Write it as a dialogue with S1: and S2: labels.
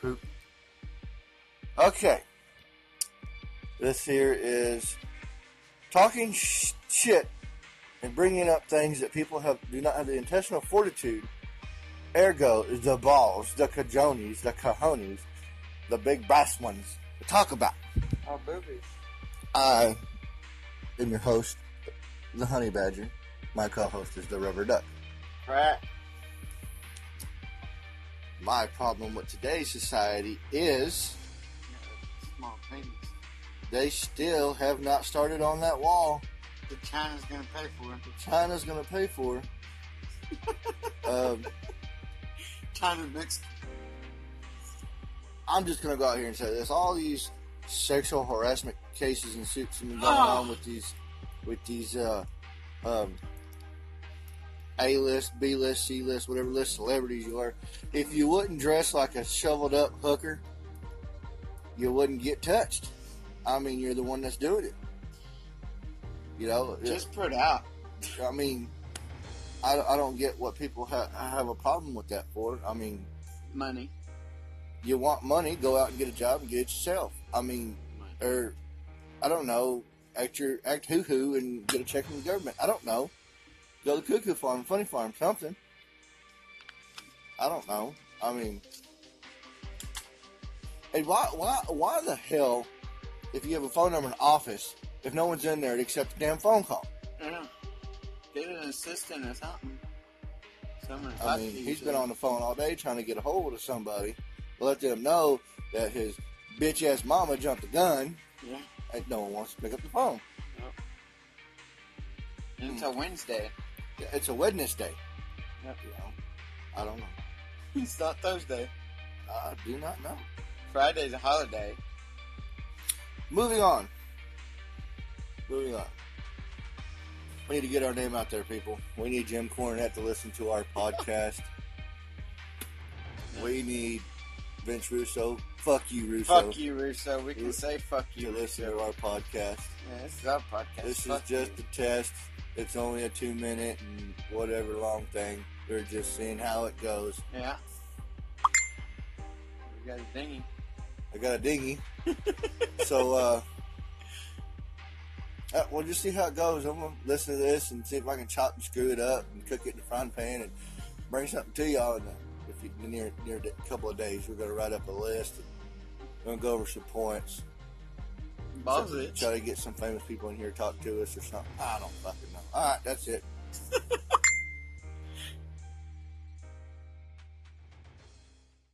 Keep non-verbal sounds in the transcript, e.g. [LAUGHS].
S1: Poop. Okay. This here is talking sh- shit and bringing up things that people have do not have the intestinal fortitude. Ergo, is the balls, the cajones, the cojones, the big brass ones to talk about.
S2: Our boobies.
S1: I am your host, the Honey Badger. My co-host is the Rubber Duck.
S2: Crap.
S1: My problem with today's society is
S2: Small penis.
S1: they still have not started on that wall.
S2: The China's gonna pay for it.
S1: China's going to pay for. um,
S2: China next.
S1: I'm just going to go out here and say this: all these sexual harassment cases and suits and going
S2: Ah.
S1: on with these, with these uh, um, A list, B list, C list, whatever list celebrities you are. If you wouldn't dress like a shoveled up hooker, you wouldn't get touched. I mean, you're the one that's doing it. You know,
S2: Just put out.
S1: I mean, I, I don't get what people ha- have a problem with that for. I mean,
S2: Money.
S1: you want money, go out and get a job and get it yourself. I mean,
S2: Money.
S1: or I don't know, act your act hoo hoo and get a check from the government. I don't know. Go to Cuckoo Farm, Funny Farm, something. I don't know. I mean, and why why why the hell, if you have a phone number in the office, if no one's in there, to accept a damn phone call?
S2: Yeah. Get an assistant or something. Someone
S1: I mean, he's been on the phone all day trying to get a hold of somebody, let them know that his bitch ass mama jumped the gun,
S2: Yeah.
S1: and no one wants to pick up the phone. Hmm.
S2: Until Wednesday.
S1: Yeah, It's a Wednesday.
S2: Yep.
S1: You know, I don't know.
S2: [LAUGHS] It's not Thursday.
S1: I do not know.
S2: Friday's a holiday.
S1: Moving on. Moving on. We need to get our name out there, people. We need Jim Cornette to listen to our podcast.
S2: [LAUGHS]
S1: we need Vince Russo. Fuck you, Russo.
S2: Fuck you, Russo. We can
S1: You-
S2: say fuck
S1: To
S2: you,
S1: listen
S2: Russo.
S1: to our podcast.
S2: Yeah, this is our podcast.
S1: This is
S2: Fuck
S1: just
S2: you.
S1: a test. It's only a two minute and whatever long thing. We're just seeing how it goes.
S2: Yeah. We got a dinghy.
S1: I got a dinghy. so, uh, uh, we'll just see how it goes. I'm going to listen to this and see if I can chop and screw it up and cook it in the frying pan and bring something to y'all. In the, if you, near, near a couple of days, we're going to write up a list. And we're going to go over some points.
S2: Balls
S1: Try to get some famous people in here to talk to us or something. I don't fucking know. All right, that's it.